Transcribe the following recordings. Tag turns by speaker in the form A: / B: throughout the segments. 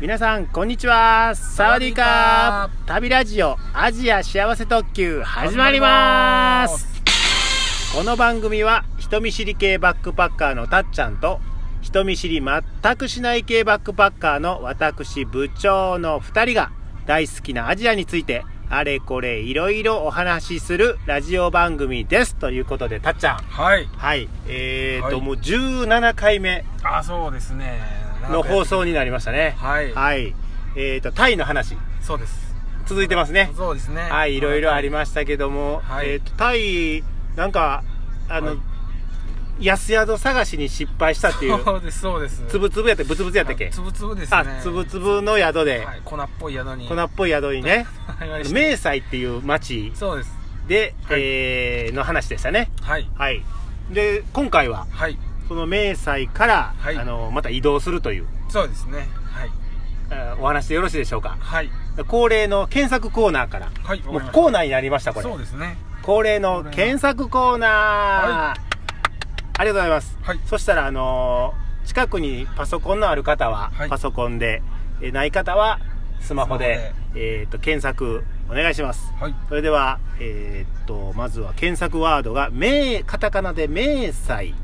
A: 皆さんこんにちはサワディーカー旅ラジオアジア幸せ特急始まりますこの番組は人見知り系バックパッカーのたっちゃんと人見知り全くしない系バックパッカーの私部長の2人が大好きなアジアについてあれこれいろいろお話しするラジオ番組ですということでたっちゃん
B: はい
A: はいえーと、
B: はい
A: もう17回目
B: あそうですね
A: の放送になりましたね
B: はい
A: はい、えーとタイの話
B: そうです
A: 続いてますね
B: そうですね
A: はいいろいろありましたけども、
B: はい
A: えーとタイなんかあの、
B: はい
A: 安宿探しに失敗したっていう
B: そうですそうです
A: つぶつぶやってぶつぶつやったっけ
B: つぶつぶですね
A: あつぶつぶの宿で、
B: はい粉っぽい宿に
A: 粉っぽい宿にね
B: はいはい
A: 明細っていう町
B: そうです
A: で、
B: はい
A: えーの話でしたね
B: はい
A: はいで今回は
B: はい
A: その明細から、
B: はい
A: あのまた移動するという
B: そうですねはい
A: あーお話でよろしいでしょうか
B: はい
A: 恒例の検索コーナーから、
B: はい
A: も
B: わ
A: う
B: かりました
A: コーナーになりましたこれ
B: そうですね
A: 恒例の検索コーナー、
B: は
A: ありがとうございます、
B: はい
A: そしたらあのー近くにパソコンのある方は、
B: はい
A: パソコンでえーない方はスマホで
B: スマ
A: えー、と検索お願いします
B: はい
A: それでは、えー、とまずは検索ワードが名カタカナで「明細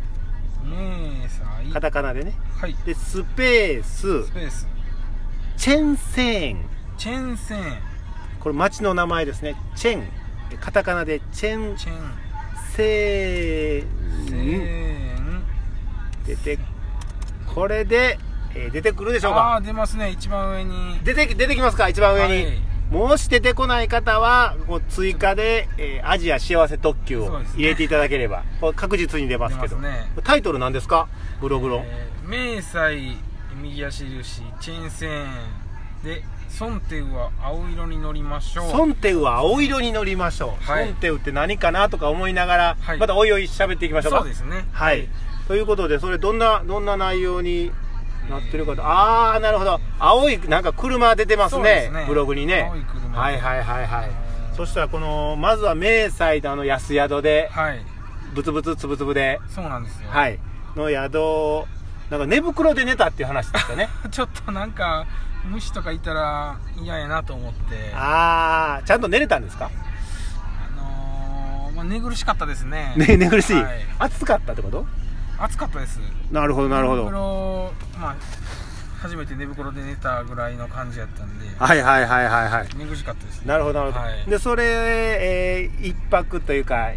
B: 明細」
A: カタカナでね
B: はい
A: でスペース
B: スペース
A: チェンセーン
B: チェンセン
A: これ町の名前ですねチェンカタカナでチェン
B: チェン
A: セ
B: セ
A: ーン
B: ン
A: 出てこれで、えー出てくるでしょう
B: あ
A: か
B: あー出ますね一番上に
A: 出て出てきますか一番上に、
B: はい
A: もし出てこない方はもう追加で、えーアジア幸せ特急
B: そ
A: を
B: うですね
A: 入れていただければ、これ確実に出ますけど
B: 出ますね
A: タイトルなんですかブログの、
B: えー明細右足印チェーンセーンでソンテウは青色に乗りましょう
A: ソンテウは青色に乗りましょう、
B: はい
A: ソンテウって何かなとか思いながら、
B: はい
A: またおいおい喋っていきましょうか
B: そうですね
A: はい、ということでそれどんなどんな内容になってるかと、
B: えー
A: ああなるほど青いなんか車出てます
B: そう
A: ね
B: ですね
A: ブログにね
B: 青い車
A: はいはいはいはい
B: うん
A: そしたらこのまずは明細のあの安宿で
B: はい
A: ブツブツつぶつぶで
B: そうなんですよ
A: はいいの宿をなんか寝袋で寝たっていう話でした ね
B: ちょっとなんか虫とかいたら嫌やなと思ってあ
A: ああちゃんと寝れたんですか、
B: のーまあ、寝苦しかったですね
A: ね、 寝苦しい、
B: はい
A: 暑かったってこと
B: 暑かったです
A: なるほどなるほ
B: 寝
A: ど
B: 袋まあ初めて寝袋で寝たぐらいの感じやったんで
A: はいはいはいはいはい
B: 寝苦しかったです
A: なるほどなるほど、
B: はい
A: でそれ、えー一泊というか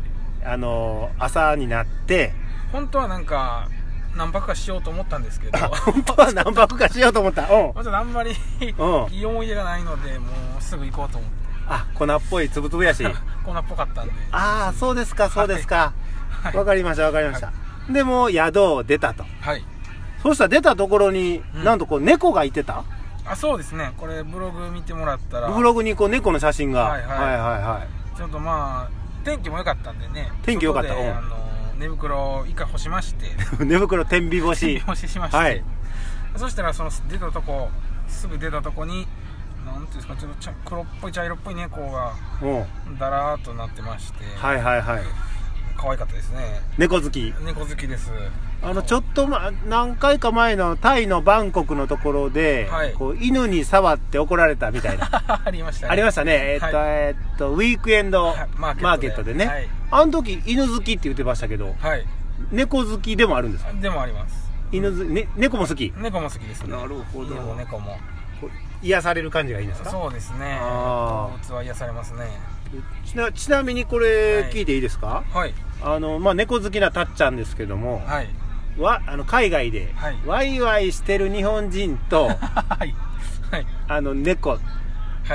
A: あのー朝にな って
B: 本当はなんか何泊かしようと思ったんですけ ど
A: 本当は何泊かしようと思ったうん
B: まあちょっとあんまりいい
A: うん
B: 思い出がないのでもうすぐ行こうと思って
A: あ粉っぽいつぶつぶ やし
B: 粉っぽかったんで
A: ああそうですかそうですかわ、
B: はい
A: かりましたわかりました、でもう宿を出たと
B: はい
A: そうしたら出たところに、
B: うん
A: なんとこう猫がいてた
B: あそうですねこれブログ見てもらったら
A: ブログにこう猫の写真が、
B: はいはい
A: はいはい
B: ちょっとまあ天気も良かったんでね
A: 天気良かった
B: 外で
A: うん
B: あの寝袋を一回干しまして
A: 寝袋天日 干
B: 天日
A: し
B: 干ししまして、
A: はい
B: そしたらその出たとこすぐ出たとこになんていうんですかちょっと茶黒っぽい茶色っぽい猫が
A: うんは
B: だらーっとなってまして、
A: いはいはい
B: 可愛かったですね
A: 猫好き
B: 猫好きです
A: あのちょっと、ま、何回か前のタイのバンコクのところで、
B: はい
A: こう犬に触って怒られたみたいな
B: ありました ね
A: ありましたね、えっと
B: はい
A: えっとウィークエンド
B: はい
A: マ
B: マーケット
A: ーケットで
B: で
A: ね、
B: はい
A: あの時犬好きって言ってましたけど
B: はい
A: 猫好きでもあるんですか
B: でもあります
A: 犬好き、ね、猫も好き
B: 猫も好きですね
A: なるほど
B: 犬も猫も
A: こう癒される感じがいいんですか
B: そうですね
A: あー
B: 動物は癒されますね
A: ちなちなみにこれ
B: はい
A: 聞いていいですか、
B: はい
A: あのまあ、猫好きなたっちゃんですけども、
B: はい
A: わあの海外で
B: はい
A: ワイワイしてる日本人 と
B: はいはい
A: あの猫
B: は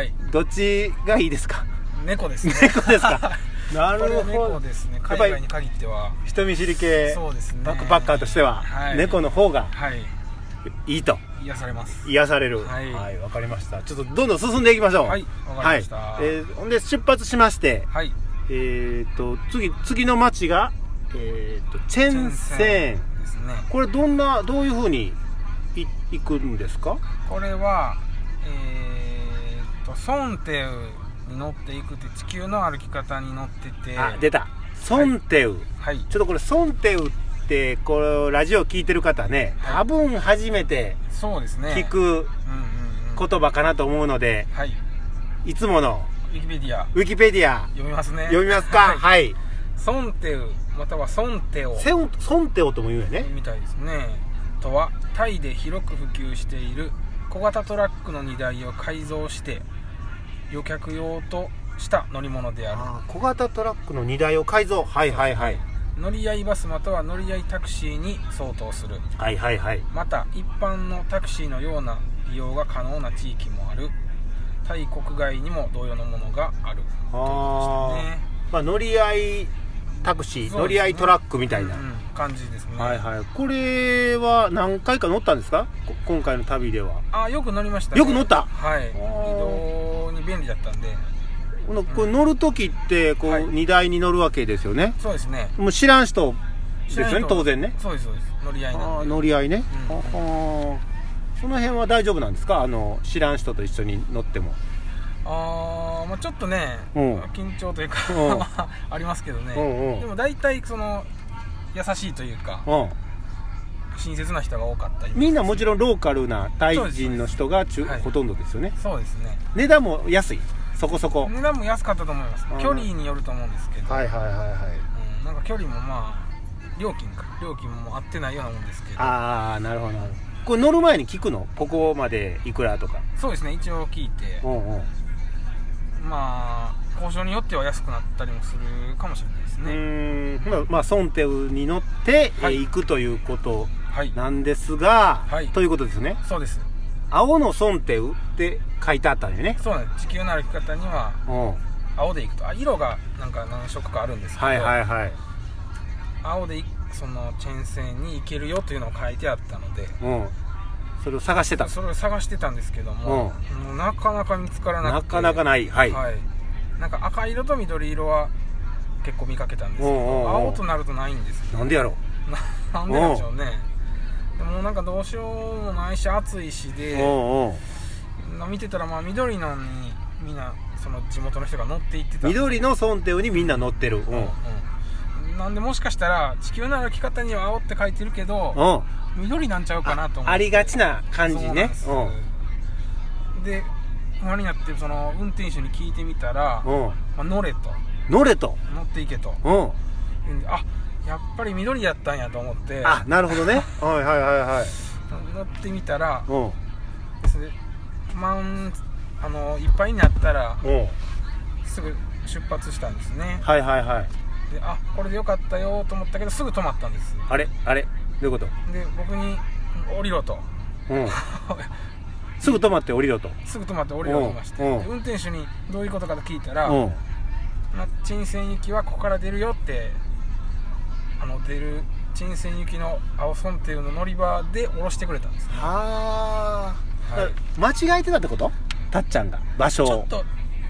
B: い
A: どっちがいいですか
B: 猫ですね
A: 猫です かな
B: これ
A: る
B: は
A: ほ
B: 猫
A: ど
B: ですね
A: やっ
B: 海
A: ぱり
B: 外に限っては
A: 人見知り系
B: そうですね
A: バックパッカーとしては、
B: はい
A: 猫の方が
B: はい
A: いいと
B: 癒されます
A: 癒される
B: はい
A: わ、かりましたちょっとどんどん進んでいきましょう
B: はいわかりました
A: はいえーほんで出発しまして
B: はい
A: えー、と次次の町が、えー、とチェンセーン
B: ですね
A: これどんなどういうふうにい行くんですか
B: これはえーっとソンテウに乗っていくって地球の歩き方に乗ってて
A: あ出たソンテウ、
B: はい
A: ちょっとこれソンテウってこれラジオ聞いてる方ね
B: はい
A: 多分初めて
B: そうですね
A: 聞く
B: うんうん
A: 言葉かなと思うので
B: はい
A: いつもの
B: ウィキペディア
A: ウィキペディア
B: 読みますね
A: 読みますか
B: はい
A: はい
B: 孫テウまたは孫テオ
A: セオンソンテオとも言うよね
B: みたいですねとはタイで広く普及している小型トラックの荷台を改造して旅客用とした乗り物である
A: あー小型トラックの荷台を改造はいはいはい
B: 乗り合いバスまたは乗り合いタクシーに相当する
A: はいはいはい
B: また一般のタクシーのような利用が可能な地域もあるタイ国外にも同様のものがある
A: あー、
B: ね
A: まあ、乗り合いタクシー、
B: そうですね
A: 乗り合いトラックみたいな、
B: うんうん感じですね、
A: はいはいこれは何回か乗ったんですかこ今回の旅では
B: あよく乗りました、ね、
A: よく乗った
B: はい移動に便利だったんで
A: このこれ乗る時ってこう、
B: はい
A: 荷台に乗るわけですよね
B: そうですね
A: もう知らん人ですよ
B: 知らん
A: ね
B: 人
A: 当然ね
B: そうですそうです乗り合い
A: あ
B: な
A: ー
B: んで
A: 乗り合いね、
B: うん
A: あはーその辺は大丈夫なんですかあの知らん人と一緒に乗っても、
B: あーまあちょっとね、
A: うん
B: 緊張というか、
A: うん
B: ありますけどね、
A: うんうん
B: でも大体その優しいというか
A: うん、
B: 親切な人が多かったり
A: みんなもちろんローカルなタイ人の人が中、
B: そうですはい
A: ほとんどですよね
B: そうですね
A: 値段も安いそこそこ、
B: 値段も安かったと思います
A: うん
B: 距離によると思うんですけど、
A: はいはいはいはい
B: うん、なんか距離もまあ料金か料金も合ってないようなもんですけど
A: ああなるほどなるほどこれ乗る前に聞くのここまでいくらとか
B: そうですね一応聞いて
A: うんうん
B: まあ交渉によっては安くなったりもするかもしれないです
A: う
B: ね、
A: ーんほなまあソンテウに乗って、
B: はい
A: えー行くということ
B: はい
A: なんですが、
B: はい
A: ということですね
B: そうです
A: 青のソンテウって書いてあったんよね
B: そうなんです地球の歩き方には
A: うんは
B: 青でいくとあ色がなんか何色かあるんですけど、
A: いはいはい
B: 青でいそのチェーン線に行けるよというのを書いてあったので
A: うんそれを探してた
B: それを探してたんですけども,、もうなかなか見つからな
A: な
B: くて
A: かなか
B: い
A: ないはい、
B: はい、なんか赤色と緑色は結構見かけたんですけど
A: おうおうおう
B: 青となるとないんですよ
A: なんでやろ
B: ななんでなんでしょうねでもなんかどうしようもないし暑いし
A: う、
B: で
A: うんうん
B: な見てたらまあ緑のにみんなその地元の人が乗っていってた
A: 緑のソンテウにみんな乗ってるうん、
B: う
A: うん
B: ん、うん、なんでもしかしたら地球の歩き方には青って書いてるけど
A: あ
B: 緑なんちゃうかなと思って
A: ありがちな感じね
B: そうなんですで不安になってその運転手に聞いてみたら、
A: うん、うん、
B: まあ、乗れと
A: 乗れと
B: 乗っていけと
A: うん
B: あやっぱり緑やったんやと思って
A: あなるほどね はいはいはいはい
B: 乗ってみたら
A: うん
B: それ満あのいっぱいになったら
A: うん
B: すぐ出発したんですね
A: はいはいはい
B: であこれでよかったよと思ったけどすぐ止まったんです
A: あれあれどういうこと
B: で僕に「降りろ」と
A: うん すぐ止まって降りろと
B: すぐ止まって降りろと言いまして
A: うん
B: で運転手にどういうことかと聞いたら
A: うん
B: まあ「沈船行きはここから出るよ」ってあの出る沈船行きの青村っていうの乗り場で降ろしてくれたんですね
A: は
B: はい
A: あ、間違えてたってことたっちゃんが場所
B: ち
A: を
B: ょっと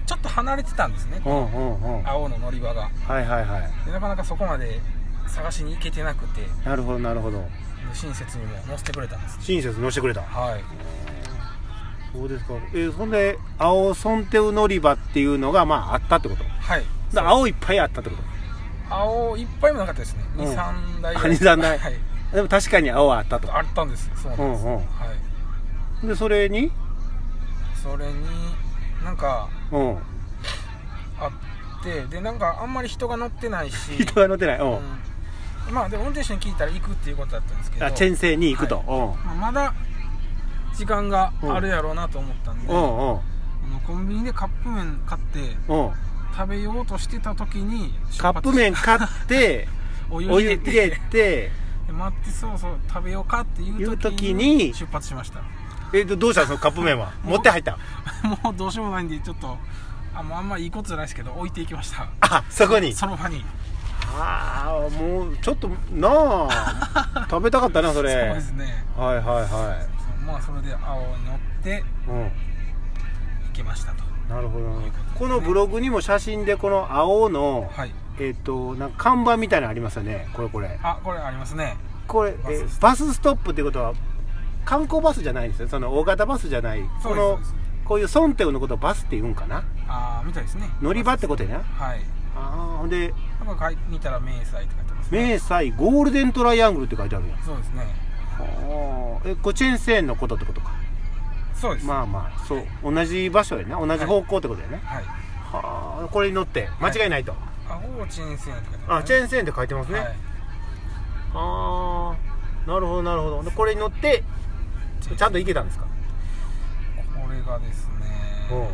B: ちょっと離れてたんですね
A: うんうんうんは
B: 青の乗り場
A: い
B: が
A: はいはい
B: でなかなかそこまで探しに行けてなくてで
A: なるほどなるほど
B: 親切にも乗せてくれたんです
A: 親切乗してくれた
B: はい
A: そうですかえーそんで青ソンテウ乗り場っていうのがまああったってこと
B: はい
A: だ青いっぱいあったってこ
B: 青いっぱいもなかったですね
A: うん
B: 23台
A: あ23台
B: はい
A: とでも確かに青はあったと
B: あったんですそうなんです、
A: うんうん
B: はい
A: でそれに
B: それになんか
A: うん
B: あってでなんかあんまり人が乗ってないし
A: 人が乗ってないうん、
B: うんまあでも運転手に聞いたら行くっていうことだったんですけど
A: あチェーン制に行くと、
B: まあまだ時間があるやろうなと思ったんで、
A: うんうんうん
B: あのコンビニでカップ麺買って
A: うん
B: 食べようとしてた時に
A: カップ麺買って
B: お湯
A: お
B: 入
A: 湯
B: れ
A: 入
B: て
A: れて
B: で待ってそうそう食べようかってい
A: いうう
B: 時
A: 時
B: に
A: に
B: 出発しました
A: えどどうしたのそのカップ麺は持って入った
B: もうどうしようもないんでちょっとあもうあんまいいことじゃないですけど置いていきました
A: あそこに
B: その場に
A: ああもうちょっとな あ食べたかったなそれ
B: そうですね
A: はいはいは
B: そうまあそれで青に乗って
A: いうん
B: 行きましたと
A: なるほどこのブログにも写真でこの青の
B: はい
A: えっ、となんか看板みたいなのありますよねこれこれ
B: あこれありますね
A: これ
B: バ
A: え
B: スス
A: バスストップっていうことは観光バスじゃないんですよその大型バスじゃない
B: そ
A: この
B: うですそうです
A: こういうソンテウのことをバスって言うんかな
B: ああみたいですね
A: 乗り場ってことやな
B: はい
A: ああほんで
B: なんか書い見たら明細って書いてます、ね、
A: 明細ゴールデントライアングルって書いてあるやん
B: そうですね
A: はあえこれチェーンセーンのことってことか
B: そうです、
A: まあまあそう同じ場所やな同じ方向ってことやね、
B: はい
A: はあこれに乗って間違いないと、
B: あほぼチェーン線って書いて
A: あチェー
B: ン
A: ン線って書いてますね、
B: はい、
A: ああなるほどなるほどでこれに乗ってちゃんと行けたんですか
B: これがですね
A: おう
B: い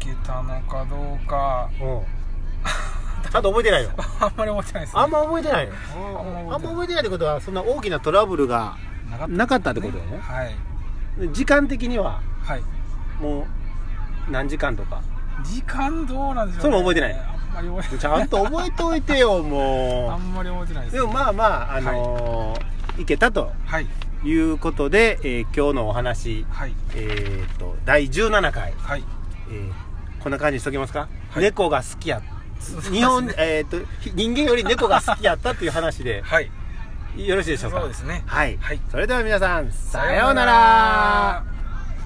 B: けたのかどうか
A: うんちゃんと覚えて ないの
B: あんまり思ってないです、ね、
A: あんま覚えてないの
B: ん
A: あんま覚えてないってことはそんな大きなトラブルが
B: なかった,、
A: なかったってことだよね
B: はい
A: 時間的には
B: はい
A: もう何時間とか
B: 時間どうなんでしょ
A: そ
B: う、ね、
A: れも覚えてない
B: あんまり覚えて
A: ちゃんと覚えておいて よ
B: あ
A: も
B: んまり覚えてないで
A: う
B: す、
A: でもまあまああのー行けたと
B: はい
A: いうことで、えー今日のお話
B: はい
A: えー、と第17回、
B: はい
A: えーこんな感じにしときますか、
B: はい
A: 猫が好きや
B: そう
A: 日本、えー、とひ人間より猫が好きやったという話で
B: はい
A: よろしいでしょうか
B: そうですね
A: はい、
B: はい
A: それでは皆さんさようなら
B: さようなら